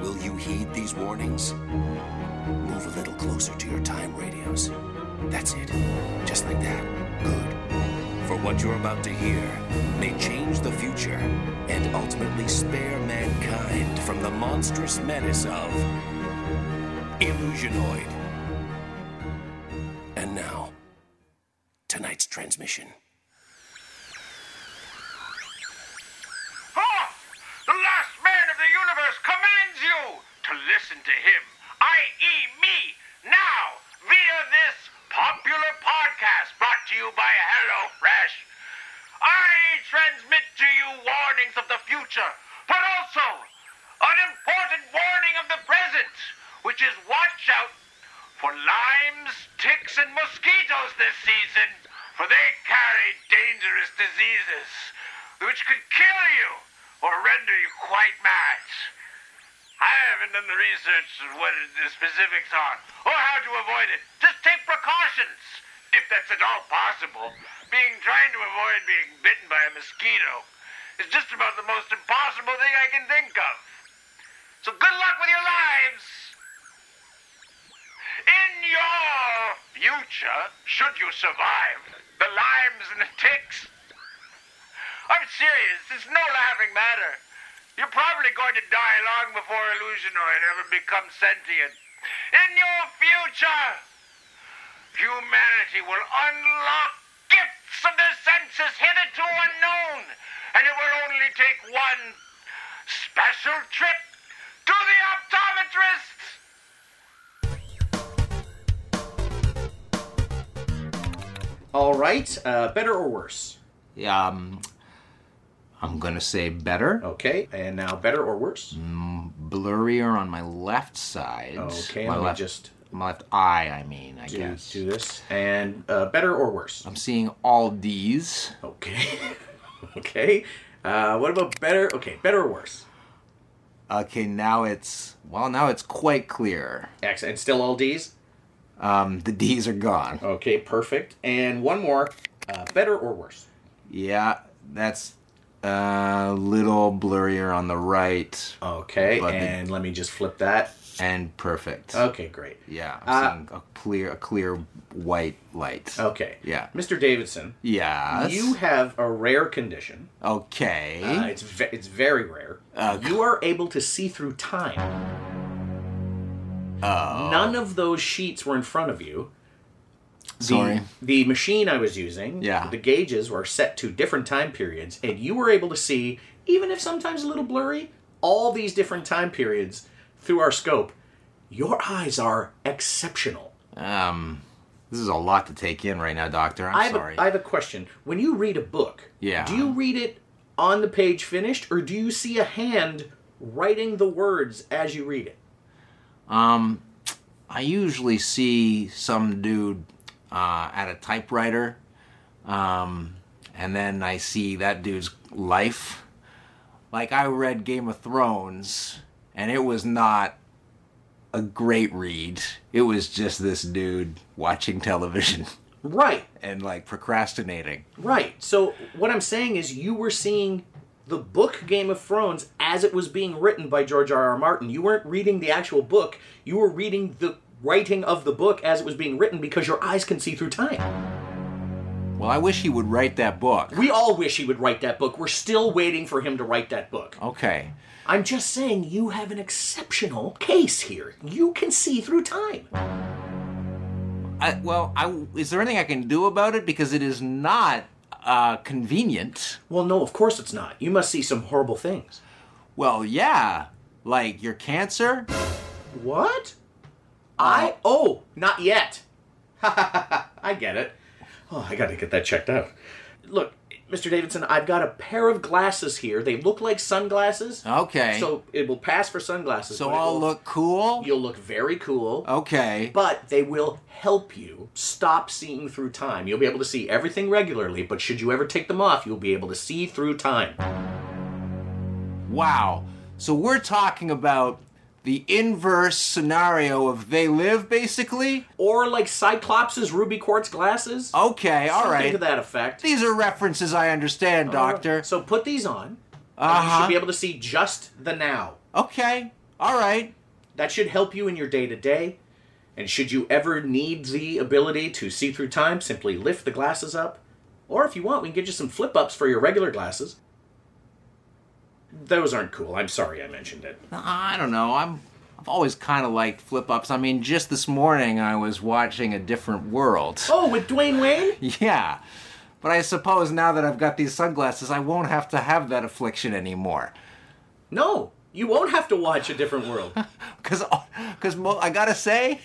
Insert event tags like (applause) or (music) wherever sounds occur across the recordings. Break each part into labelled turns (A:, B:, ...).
A: Will you heed these warnings? Move a little closer to your time radios. That's it. Just like that. Good. For what you're about to hear may change the future and ultimately spare mankind from the monstrous menace of Illusionoid. And now, tonight's transmission.
B: Hoth, the last man of the universe, commands you to listen to him, i.e., me, now via this popular podcast brought to you by HelloFresh. I transmit to you warnings of the future, but also an important warning of the present, which is watch out for limes, ticks, and mosquitoes this season, for they carry dangerous diseases which could kill you or render you quite mad. I haven't done the research of what the specifics are or how to avoid it. Just take precautions, if that's at all possible. Being trying to avoid being bitten by a mosquito is just about the most impossible thing I can think of. So good luck with your lives. In your future, should you survive the limes and the ticks, I'm serious. It's no laughing matter. You're probably going to die long before Illusionoid ever becomes sentient. In your future, humanity will unlock gifts of their senses hitherto unknown, and it will only take one special trip to the optometrist.
C: All right. Uh, better or worse?
D: Um, I'm gonna say better.
C: Okay. And now better or worse?
D: Mm-hmm. Blurrier on my left side.
C: Okay.
D: my
C: Let me
D: left,
C: just
D: my left eye. I mean, I
C: do,
D: guess
C: do this. And uh, better or worse?
D: I'm seeing all these.
C: Okay. (laughs) okay. Uh, what about better? Okay. Better or worse?
D: Okay, now it's well, now it's quite clear.
C: Excellent. And still all D's?
D: Um, the D's are gone.
C: Okay. Perfect. And one more. Uh, better or worse?
D: Yeah, that's a little blurrier on the right
C: Okay.
D: But the-
C: and let me just flip that.
D: and perfect.
C: Okay. Great.
D: yeah, I'm
C: uh,
D: seeing a clear, a clear white light.
C: Okay.
D: Yeah.
C: Mr. Davidson,
D: Yes.
C: you have a rare condition.
D: okay?
C: Uh, it's ve- it's very rare.
D: Uh,
C: you are able to see through time.
D: Oh.
C: None of those sheets were in front of you. The,
D: Sorry.
C: The machine I was using,
D: Yeah.
C: the gauges were set to different time periods, and you were able to see, even if sometimes a little blurry, all these different time periods through our scope. Your eyes are exceptional.
D: Um, this is a lot to take in right now, Doctor. I'm
C: I have,
D: sorry.
C: A, I have a question. When you read a book,
D: Yeah.
C: do you read it on the page finished, or do you see a hand writing the words as you read it?
D: um, I usually see some dude uh, at a typewriter, um, and then I see that dude's life. Like I read Game of Thrones, and it was not a great read. It was just this dude watching (laughs) television
C: Right,
D: and like procrastinating.
C: right. So what I'm saying is, you were seeing the book Game of Thrones as it was being written by George R. R. Martin. You weren't reading the actual book. You were reading the writing of the book as it was being written because your eyes can see through time.
D: Well, I wish he would write that book.
C: We all wish he would write that book. We're still waiting for him to write that book.
D: Okay.
C: I'm just saying you have an exceptional case here. You can see through time.
D: I, well, I, is there anything I can do about it? Because it is not uh, convenient.
C: Well, no, of course it's not. You must see some horrible things.
D: Well, yeah. Like your cancer?
C: What? I oh, not yet. (laughs) I get it. Oh, I got to get that checked out. Look, Mr. Davidson, I've got a pair of glasses here. They look like sunglasses.
D: Okay.
C: So it will pass for sunglasses.
D: So
C: but it
D: I'll
C: will-
D: look cool?
C: You'll look very cool.
D: Okay.
C: But they will help you stop seeing through time. You'll be able to see everything regularly, but should you ever take them off, you'll be able to see through time.
D: Wow. So we're talking about the inverse scenario of they live, basically?
C: Or like Cyclops' ruby quartz glasses.
D: Okay, all
C: Something
D: right.
C: to that effect.
D: These are references I understand, Doctor.
C: So put these on. And you
D: Uh-huh.
C: should be able to see just the now.
D: Okay, all right.
C: That should help you in your day to day. And should you ever need the ability to see through time, simply lift the glasses up. Or if you want, we can get you some flip ups for your regular glasses. Those aren't cool. I'm sorry I mentioned it.
D: I don't know. I'm I've always kind of liked flip ups. I mean, just this morning I was watching A Different World.
C: Oh, with Dwayne Wayne?
D: Yeah. But I suppose now that I've got these sunglasses, I won't have to have that affliction anymore.
C: No, you won't have to watch A Different World.
D: (laughs) Cuz cuz mo- I got to say,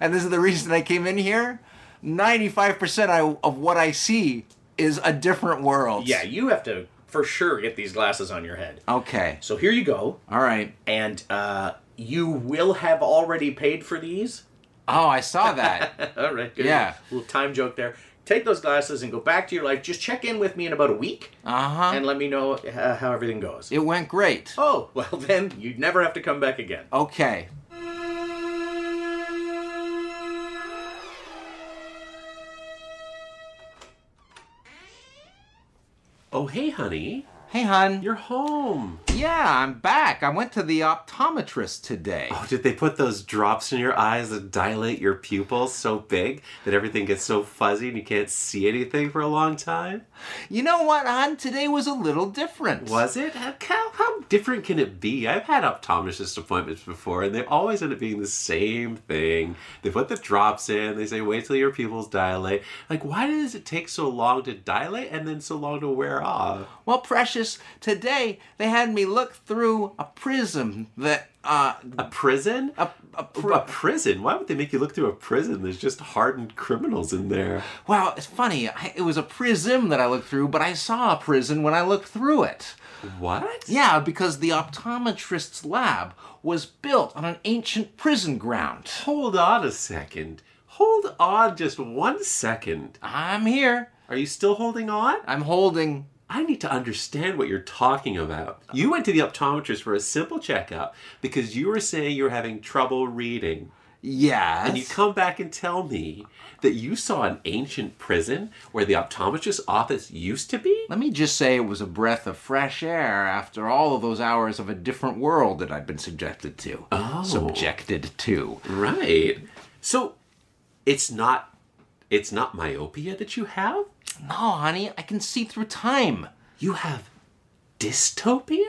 D: and this is the reason I came in here, 95% I, of what I see is a different world.
C: yeah, you have to for sure get these glasses on your head.
D: Okay.
C: So here you go.
D: All right.
C: And uh, you will have already paid for these.
D: Oh, I
C: (laughs)
D: saw that.
C: All right, good.
D: Yeah.
C: Little time joke there. Take those glasses and go back to your life. Just check in with me in about a week
D: Uh-huh.
C: and let me know uh, how everything goes.
D: It went great.
C: Oh, well, (laughs) then you'd never have to come back again.
D: Okay.
E: Oh, hey, honey.
D: Hey, hon.
E: You're home.
D: Yeah, I'm back. I went to the optometrist today.
E: Oh, did they put those drops in your eyes that dilate your pupils so big that everything gets so fuzzy and you can't see anything for a long time?
D: You know what, hon? Today was a little different.
E: Was it? How, how, how different can it be? I've had optometrist appointments before, and they always end up being the same thing. They put the drops in, they say, wait till your pupils dilate. Like, why does it take so long to dilate and then so long to wear off?
D: Well, precious, today they had me look through a prism that, uh,
E: A prison?
D: a, a pr-
E: a prison? Why would they make you look through a prison? There's just hardened criminals in there.
D: wow, it's funny. I, it was a prism that I looked through, but I saw a prison when I looked through it.
E: What?
D: Yeah, because the optometrist's lab was built on an ancient prison ground.
E: Hold on a second. Hold on just one second.
D: I'm here.
E: Are you still holding on?
D: I'm holding.
E: I need to understand what you're talking about. You went to the optometrist for a simple checkup because you were saying you were having trouble reading.
D: Yes.
E: And you come back and tell me that you saw an ancient prison where the optometrist's office used to be?
D: Let me just say it was a breath of fresh air after all of those hours of a different world that I've been subjected to.
E: Oh.
D: Subjected to.
E: Right. So it's not it's not myopia that you have?
D: No, honey, I can see through time.
E: You have dystopia?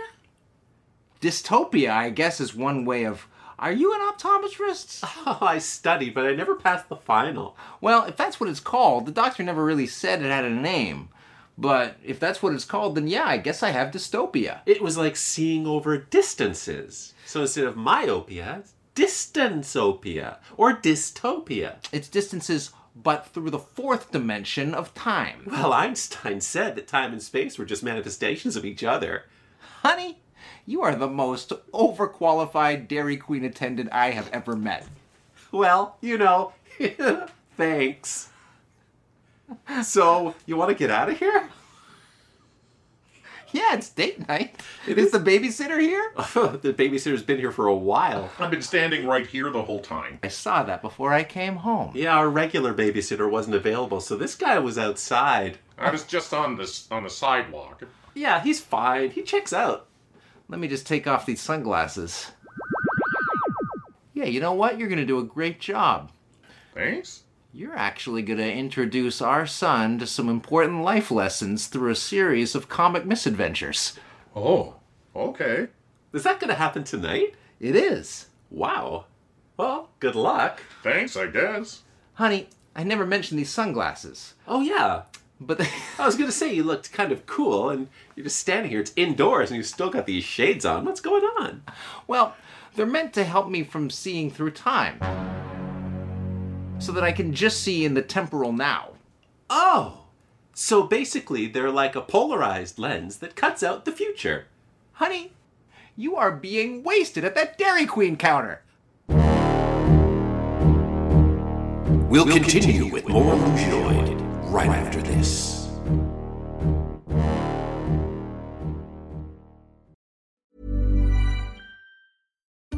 D: Dystopia, I guess, is one way of. Are you an optometrist?
E: (laughs) Oh, I studied, but I never passed the final.
D: Well, if that's what it's called, the doctor never really said it had a name. But if that's what it's called, then yeah, I guess I have dystopia.
E: It was like seeing over distances. So instead of myopia, it's distansopia or dystopia.
D: It's distances, but through the fourth dimension of time.
E: Well, Einstein said that time and space were just manifestations of each other.
D: Honey, you are the most overqualified Dairy Queen attendant I have ever met.
E: Well, you know, (laughs) thanks. So, you want to get out of here? (laughs)
D: Yeah, it's date night. It is the babysitter here?
E: the babysitter's been here for a while.
F: I've been standing right here the whole time.
D: I saw that before I came home.
E: Yeah, our regular babysitter wasn't available, so this guy was outside.
F: I was just on this on the sidewalk.
E: Yeah, he's fine. He checks out.
D: Let me just take off these sunglasses. Yeah, you know what? You're gonna do a great job.
F: Thanks.
D: You're actually going to introduce our son to some important life lessons through a series of comic misadventures.
F: Oh, okay.
E: Is that going to happen tonight?
D: It is.
E: Wow. Well, good luck.
F: Thanks, I guess.
D: Honey, I never mentioned these sunglasses,
E: Oh, yeah.
D: but they, (laughs)
E: I was going to say you looked kind of cool, and you're just standing here. It's indoors, and you've still got these shades on. What's going on?
D: well, they're meant to help me from seeing through time. So that I can just see in the temporal now.
E: Oh, so basically they're like a polarized lens that cuts out the future.
D: Honey, you are being wasted at that Dairy Queen counter.
A: We'll continue with more Illusionoid right after this.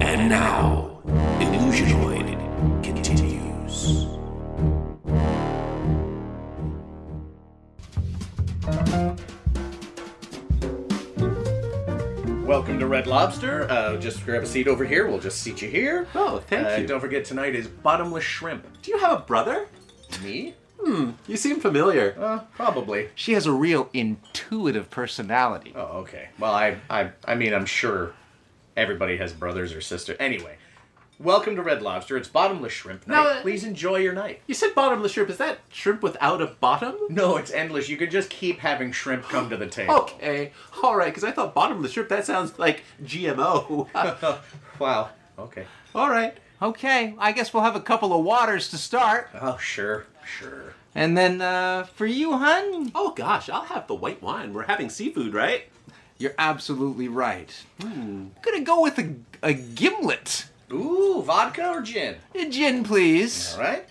A: And now, Illusionoid continues.
C: Welcome to Red Lobster. Uh, just grab a seat over here. We'll just seat you here.
E: Oh, thank
C: Uh,
E: you.
C: Don't forget tonight is bottomless shrimp.
E: Do you have a brother? Hmm,
C: Me?
E: You seem familiar.
C: Uh, probably.
D: She has a real intuitive personality.
C: Oh, okay. Well, I, I, I mean, I'm sure everybody has brothers or sisters. Anyway, welcome to Red Lobster. It's bottomless shrimp night.
E: Now, uh,
C: Please enjoy your night.
E: you said bottomless shrimp. Is that shrimp without a bottom?
C: No, it's endless. You can just keep having shrimp
E: (gasps)
C: come to the table.
E: Okay, all right, because I thought bottomless shrimp, that sounds like GMO.
C: Wow. Okay.
E: (laughs) all right.
D: Okay, I guess we'll have a couple of waters to start.
C: Oh, sure. Sure.
D: And then, uh, for you, hun,
E: Oh gosh, I'll have the white wine. We're having seafood, right?
D: you're absolutely right.
E: Hmm.
D: Gonna go with a, a gimlet.
C: Ooh, vodka or gin?
D: A gin, please.
C: All right.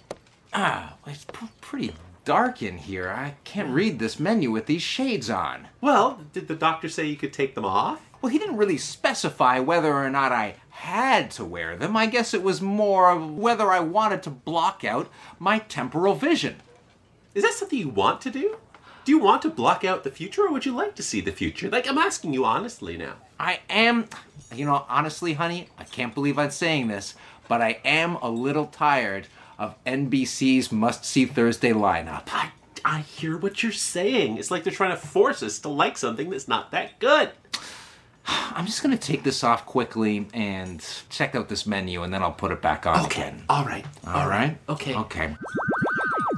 D: Ah, well, it's p- pretty dark in here. I can't read this menu with these shades on.
E: Well, did the doctor say you could take them off?
D: Well, he didn't really specify whether or not I had to wear them. I guess it was more of whether I wanted to block out my temporal vision.
E: Is that something you want to do? Do you want to block out the future or would you like to see the future? Like, I'm asking you honestly now.
D: I am, you know, honestly, honey, I can't believe I'm saying this, but I am a little tired of NBC's must see Thursday lineup.
E: I, I hear what you're saying. It's like they're trying to force us to like something that's not that good.
D: I'm just gonna take this off quickly and check out this menu, and then I'll put it back on again.
E: All right.
D: All right.
E: Okay.
D: Okay.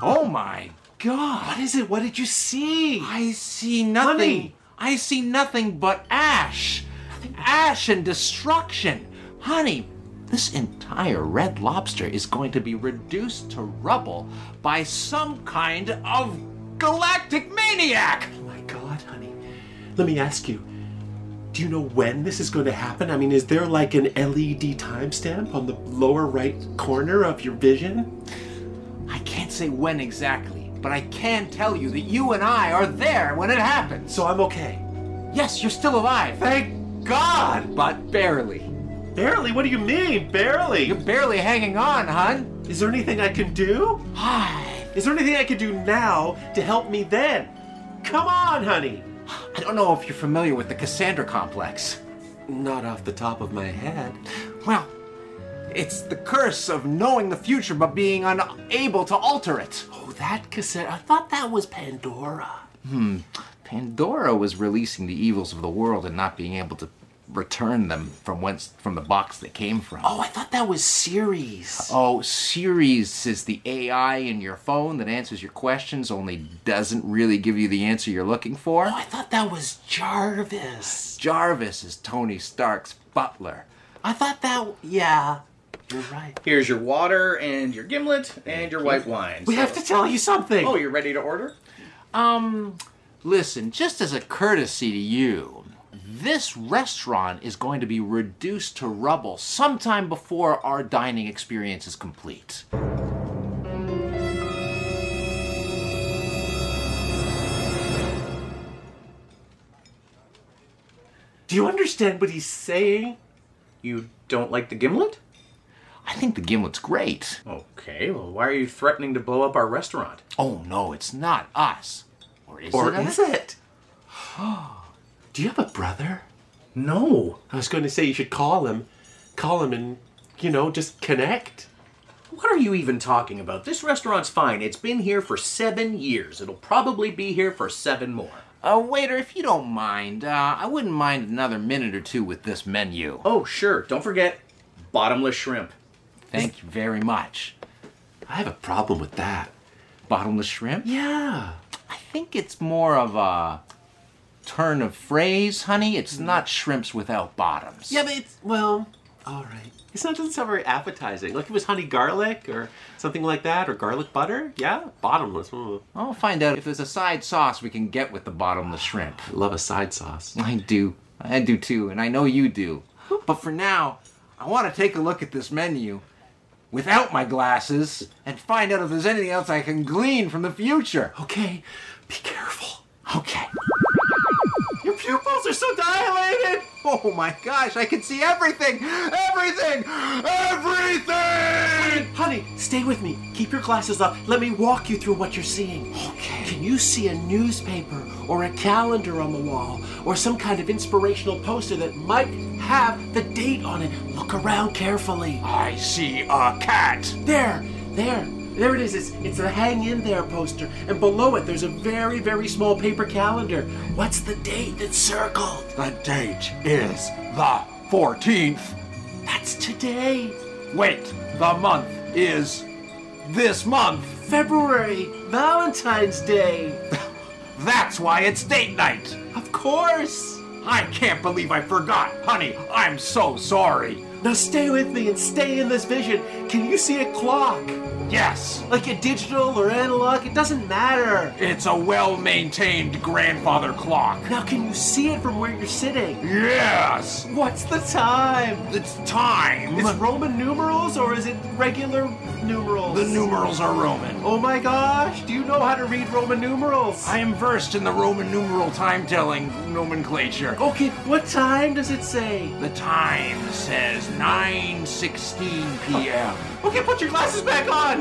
D: Oh my
E: What
D: God!
E: is it? What did you see?
D: I see nothing.
E: Honey.
D: I see nothing but ash, ash and destruction. Honey, this entire red lobster is going to be reduced to rubble by some kind of galactic maniac.
E: Oh my god, honey. Let me ask you. Do you know when this is going to happen? I mean, is there like an LED timestamp on the lower right corner of your vision?
D: I can't say when exactly, but I can tell you that you and I are there when it happens.
E: So I'm okay.
D: Yes, you're still alive.
E: Thank God!
D: But barely.
E: Barely? What do you mean, barely?
D: You're barely hanging on, hun.
E: Is there anything I can do?
D: I
E: Is there anything I can do now to help me then? Come on, honey!
D: don't know if you're familiar with the Cassandra complex.
E: Not off the top of my head.
D: Well, it's the curse of knowing the future but being unable to alter it.
E: Oh, that cassette. I thought that was Pandora.
D: Pandora was releasing the evils of the world and not being able to return them from whence from the box they came from.
E: Oh, I thought that was Ceres.
D: Oh, Series is the AI in your phone that answers your questions, only doesn't really give you the answer you're looking for.
E: Oh, I thought that was Jarvis.
D: Jarvis is Tony Stark's butler.
E: I thought that. Yeah, you're right.
C: Here's your water and your gimlet and your white wine.
E: We have to tell you something.
C: Oh, you're ready to order?
D: Listen, just as a courtesy to you, this restaurant is going to be reduced to rubble sometime before our dining experience is complete.
E: Do you understand what he's saying?
C: You don't like the gimlet?
D: I think the gimlet's great.
C: Okay, well, why are you threatening to blow up our restaurant?
D: Oh no, it's not us. Or is
C: Or
D: it? us?
C: is it?
E: (gasps) Do you have a brother?
C: No.
E: I was going to say you should call him, call him, and you know just connect.
C: What are you even talking about? This restaurant's fine. It's been here for seven years. It'll probably be here for seven more.
D: Uh, waiter, if you don't mind, uh, I wouldn't mind another minute or two with this menu.
C: Oh, sure. Don't forget bottomless shrimp.
D: Thank you very much.
E: I have a problem with that.
D: Bottomless shrimp?
E: Yeah.
D: I think it's more of a turn of phrase, honey. It's not shrimps without bottoms.
E: Yeah, but it's well, all right. It's not doesn't sound very appetizing. Like it was honey garlic or something like that, or garlic butter. Yeah, bottomless. Mm.
D: I'll find out if there's a side sauce we can get with the bottomless shrimp.
E: I love a side sauce.
D: I do. I do too, and I know you do. But for now, I want to take a look at this menu without my glasses and find out if there's anything else I can glean from the future.
E: Okay, be careful.
D: Okay.
E: Your pupils are so dilated.
D: Oh my gosh, I can see everything! Everything! Everything!
E: Honey, stay with me. Keep your glasses up. Let me walk you through what you're seeing. Okay. Can you see a newspaper or a calendar on the wall or some kind of inspirational poster that might have the date on it? Look around carefully.
D: I see a cat!
E: There, there, there it is. It's, it's the hang in there poster. And below it, there's a very, very small paper calendar. What's the date that's circled?
D: The date is the 14th.
E: That's today,
D: Wait, the month is this month.
E: February, Valentine's Day.
D: (laughs) That's why it's date night.
E: Of course.
D: I can't believe I forgot. Honey, I'm so sorry.
E: Now stay with me and stay in this vision. Can you see a clock?
D: Yes,
E: Like a digital or analog? It doesn't matter.
D: it's a well maintained grandfather clock.
E: Now can you see it from where you're sitting?
D: Yes,
E: What's the time?
D: it's time.
E: Is Roman numerals or is it regular numerals?
D: the numerals are Roman.
E: Oh my gosh, do you know how to read Roman numerals?
D: I am versed in the Roman numeral time telling nomenclature.
E: Okay, what time does it say?
D: The time says 9:16 p.m.
E: Okay, put your glasses back on!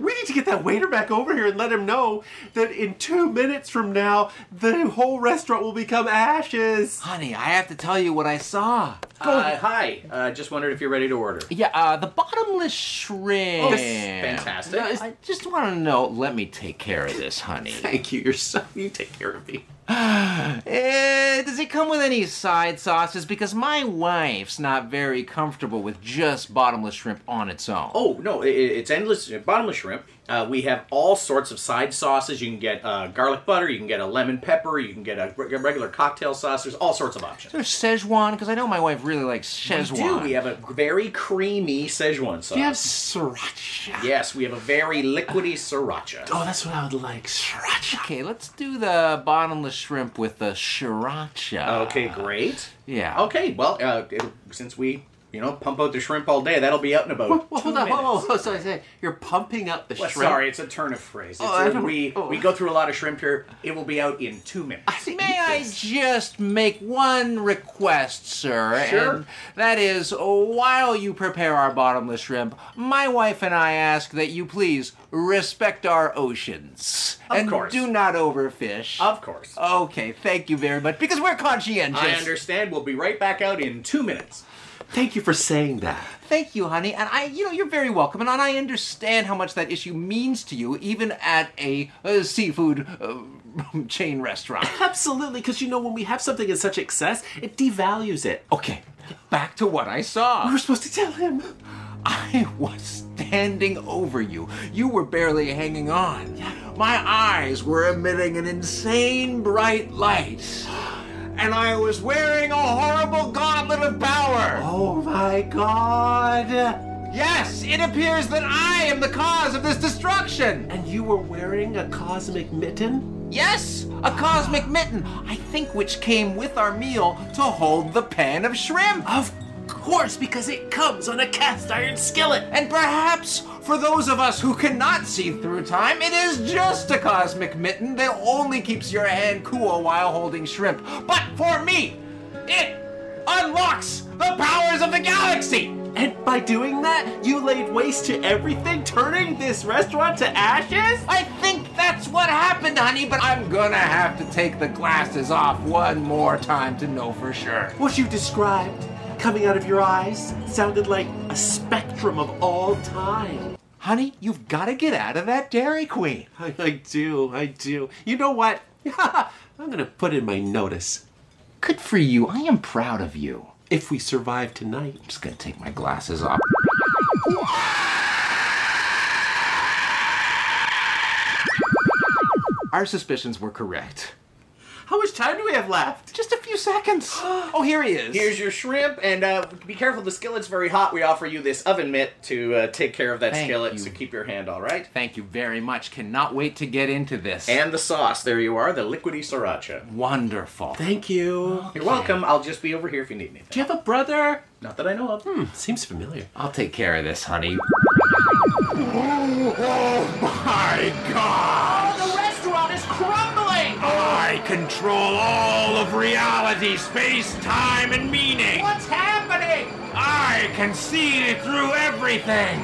E: We need to get that waiter back over here and let him know that in two minutes from now, the whole restaurant will become ashes.
D: Honey, I have to tell you what I saw.
C: Uh, hi. Uh, just wondered if you're ready to order.
D: Yeah, uh, the bottomless shrimp.
C: This is fantastic.
D: I just want to know. Let me take care of this,
E: (laughs)
D: honey.
E: Thank you, you're so, you take care of me.
D: Eh, does it come with any side sauces? Because my wife's not very comfortable with just bottomless shrimp on its own.
C: Oh no, i- i it's endless bottomless shrimp. Uh, we have all sorts of side sauces. You can get uh, garlic butter. You can get a lemon pepper. You can get a re- regular cocktail sauce. There's all sorts of options.
D: There's Szechuan, because I know my wife really likes
C: We
D: Szechuan.
C: do. We have a very creamy Szechuan sauce.
E: We have sriracha.
C: Yes, we have a very liquidy sriracha.
E: Oh, that's what I would like, sriracha.
D: Okay, let's do the bottomless shrimp with the sriracha.
C: Okay, great.
D: Yeah.
C: Okay, well, uh, it- since we, you know, pump out the shrimp all day, that'll be out in about
E: Well,
C: two
E: hold on, whoa,
C: minutes.
E: whoa, whoa, so I say, you're pumping up the
C: Well,
E: shrimp.
C: Sorry, it's a turn of phrase. It's,
E: I don't-
C: we
E: oh.
C: we go through a lot of shrimp here. It will be out in two minutes.
E: See,
D: May I just make one request, sir?
C: Sure.
D: And that is, while you prepare our bottomless shrimp, my wife and I ask that you please respect our oceans.
C: Of
D: and
C: course.
D: do not overfish.
C: Of course.
D: Okay, thank you very much. Because we're conscientious.
C: I understand. We'll be right back out in two minutes.
E: Thank you for saying that.
D: Thank you, honey. And I, you know, you're very welcome. And I understand how much that issue means to you, even at a, uh seafood uh, (laughs) chain restaurant.
E: Absolutely, because you know when we have something in such excess, it devalues it.
D: okay, back to what I saw.
E: We were supposed to tell him.
D: I (laughs) was standing over you. You were barely hanging on. My eyes were emitting an insane bright light. And I was wearing a horrible goblet of power.
E: Oh my Oh god!
D: Yes, it appears that I am the cause of this destruction.
E: And you were wearing a cosmic mitten?
D: Yes, a cosmic mitten, I think which came with our meal to hold the pan of shrimp.
E: Of course, because it comes on a cast iron skillet.
D: And perhaps for those of us who cannot see through time, it is just a cosmic mitten that only keeps your hand cool while holding shrimp. But for me, it unlocks the powers of the galaxy.
E: And by doing that, you laid waste to everything, turning this restaurant to ashes?
D: I think that's what happened, honey, but I'm gonna have to take the glasses off one more time to know for sure.
E: What you described coming out of your eyes sounded like a spectrum of all time.
D: Honey, you've gotta get out of that Dairy Queen.
E: I, I do, I do. You know what? (laughs) I'm gonna put in my notice.
D: Good for you. I am proud of you.
E: If we survive tonight,
D: I'm just gonna take my glasses off. Our suspicions were correct.
E: how much time do we have left?
D: Just a
E: (gasps)
D: few seconds. Oh, here he is.
G: Here's your shrimp, and uh, be careful. The skillet's very hot. We offer you this oven mitt to uh, take care of that
D: Thank
G: skillet,
D: you.
G: so keep your hand all right.
D: Thank you very much. Cannot wait to get into this.
G: And the sauce. There you are, the liquidy sriracha.
D: Wonderful.
E: Thank you.
G: You're welcome. I'll just be over here if you need anything.
E: Do you have a brother?
G: Not that I know of.
E: Seems familiar.
D: I'll take care of this, honey. Oh my god!
E: The restaurant is crumbling!
B: I control all of reality, space, time, and meaning.
E: What's happening?
B: I can see it through everything.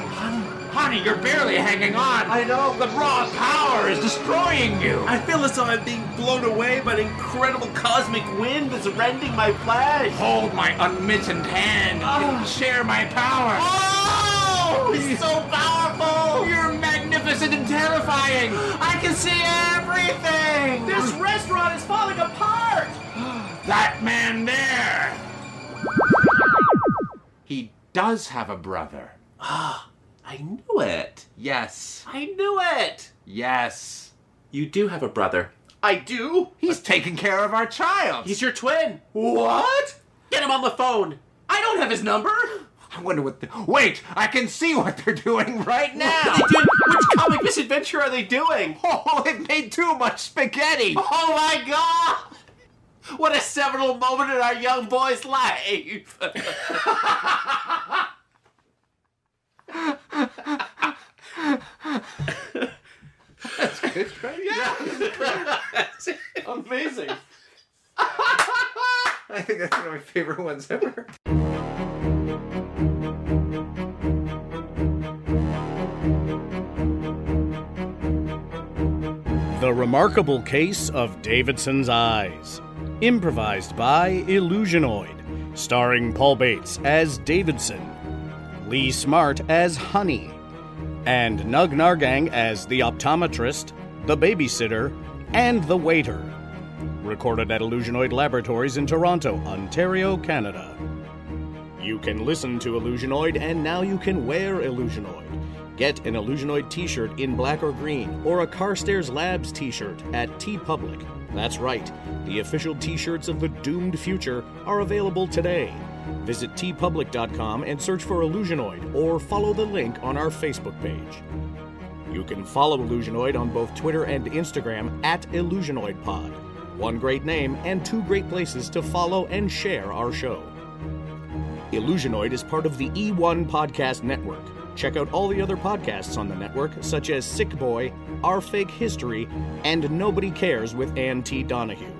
B: Honey, you're barely hanging on. I know. The raw power is destroying you.
E: I feel as though I'm being blown away by an incredible cosmic wind that's rending my flesh.
B: Hold my unmittened hand and share my power.
E: Oh, it's so powerful!
B: You're magnificent and terrifying.
E: I can see everything! This restaurant is falling
D: (gasps)
E: apart!
B: That man there.
D: He does have a brother.
E: I knew it.
D: Yes.
E: I knew it.
D: Yes.
E: You do have a brother.
G: I do.
D: He's taking care of our child.
E: He's your twin.
G: What?
E: Get him on the phone.
G: I don't have his number.
D: I wonder what. The- Wait, I can see what they're doing right now.
E: They do- Which comic misadventure are they doing?
D: (laughs) Oh, it made too much spaghetti.
E: Oh my god! What a seminal moment in our young boy's life!
G: Amazing.
D: I think that's one of my favorite ones ever.
C: The Remarkable Case of Davidson's Eyes. Improvised by Illusionoid. Starring Paul Bates as Davidson, Lee Smart as Honey, and Nug Nargang as the optometrist, the babysitter, and the waiter. Recorded at Illusionoid Laboratories in Toronto, Ontario, Canada. You can listen to Illusionoid, and now you can wear Illusionoid. Get an Illusionoid t shirt in black or green, or a Carstairs Labs t shirt at T Public. That's right, the official t shirts of the doomed future are available today. Visit tpublic.com and search for Illusionoid, or follow the link on our Facebook page. You can follow Illusionoid on both Twitter and Instagram at IllusionoidPod. One great name and two great places to follow and share our show. Illusionoid is part of the E1 Podcast Network. Check out all the other podcasts on the network, such as Sick Boy, Our Fake History, and Nobody Cares with Ann T. Donahue.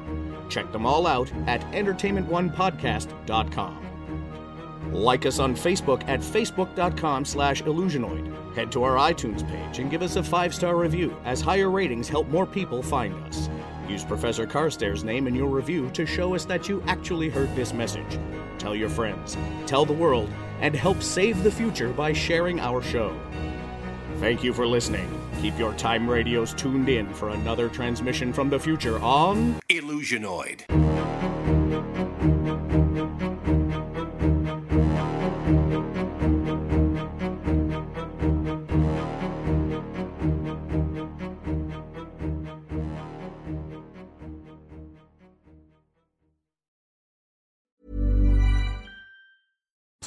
C: Check them all out at entertainmentonepodcast.com. Like us on Facebook at facebook.com slash illusionoid. Head to our iTunes page and give us a five-star review, as higher ratings help more people find us. Use Professor Carstairs' name in your review to show us that you actually heard this message. Tell your friends, tell the world, and help save the future by sharing our show. Thank you for listening. Keep your time radios tuned in for another transmission from the future on...
B: Illusionoid.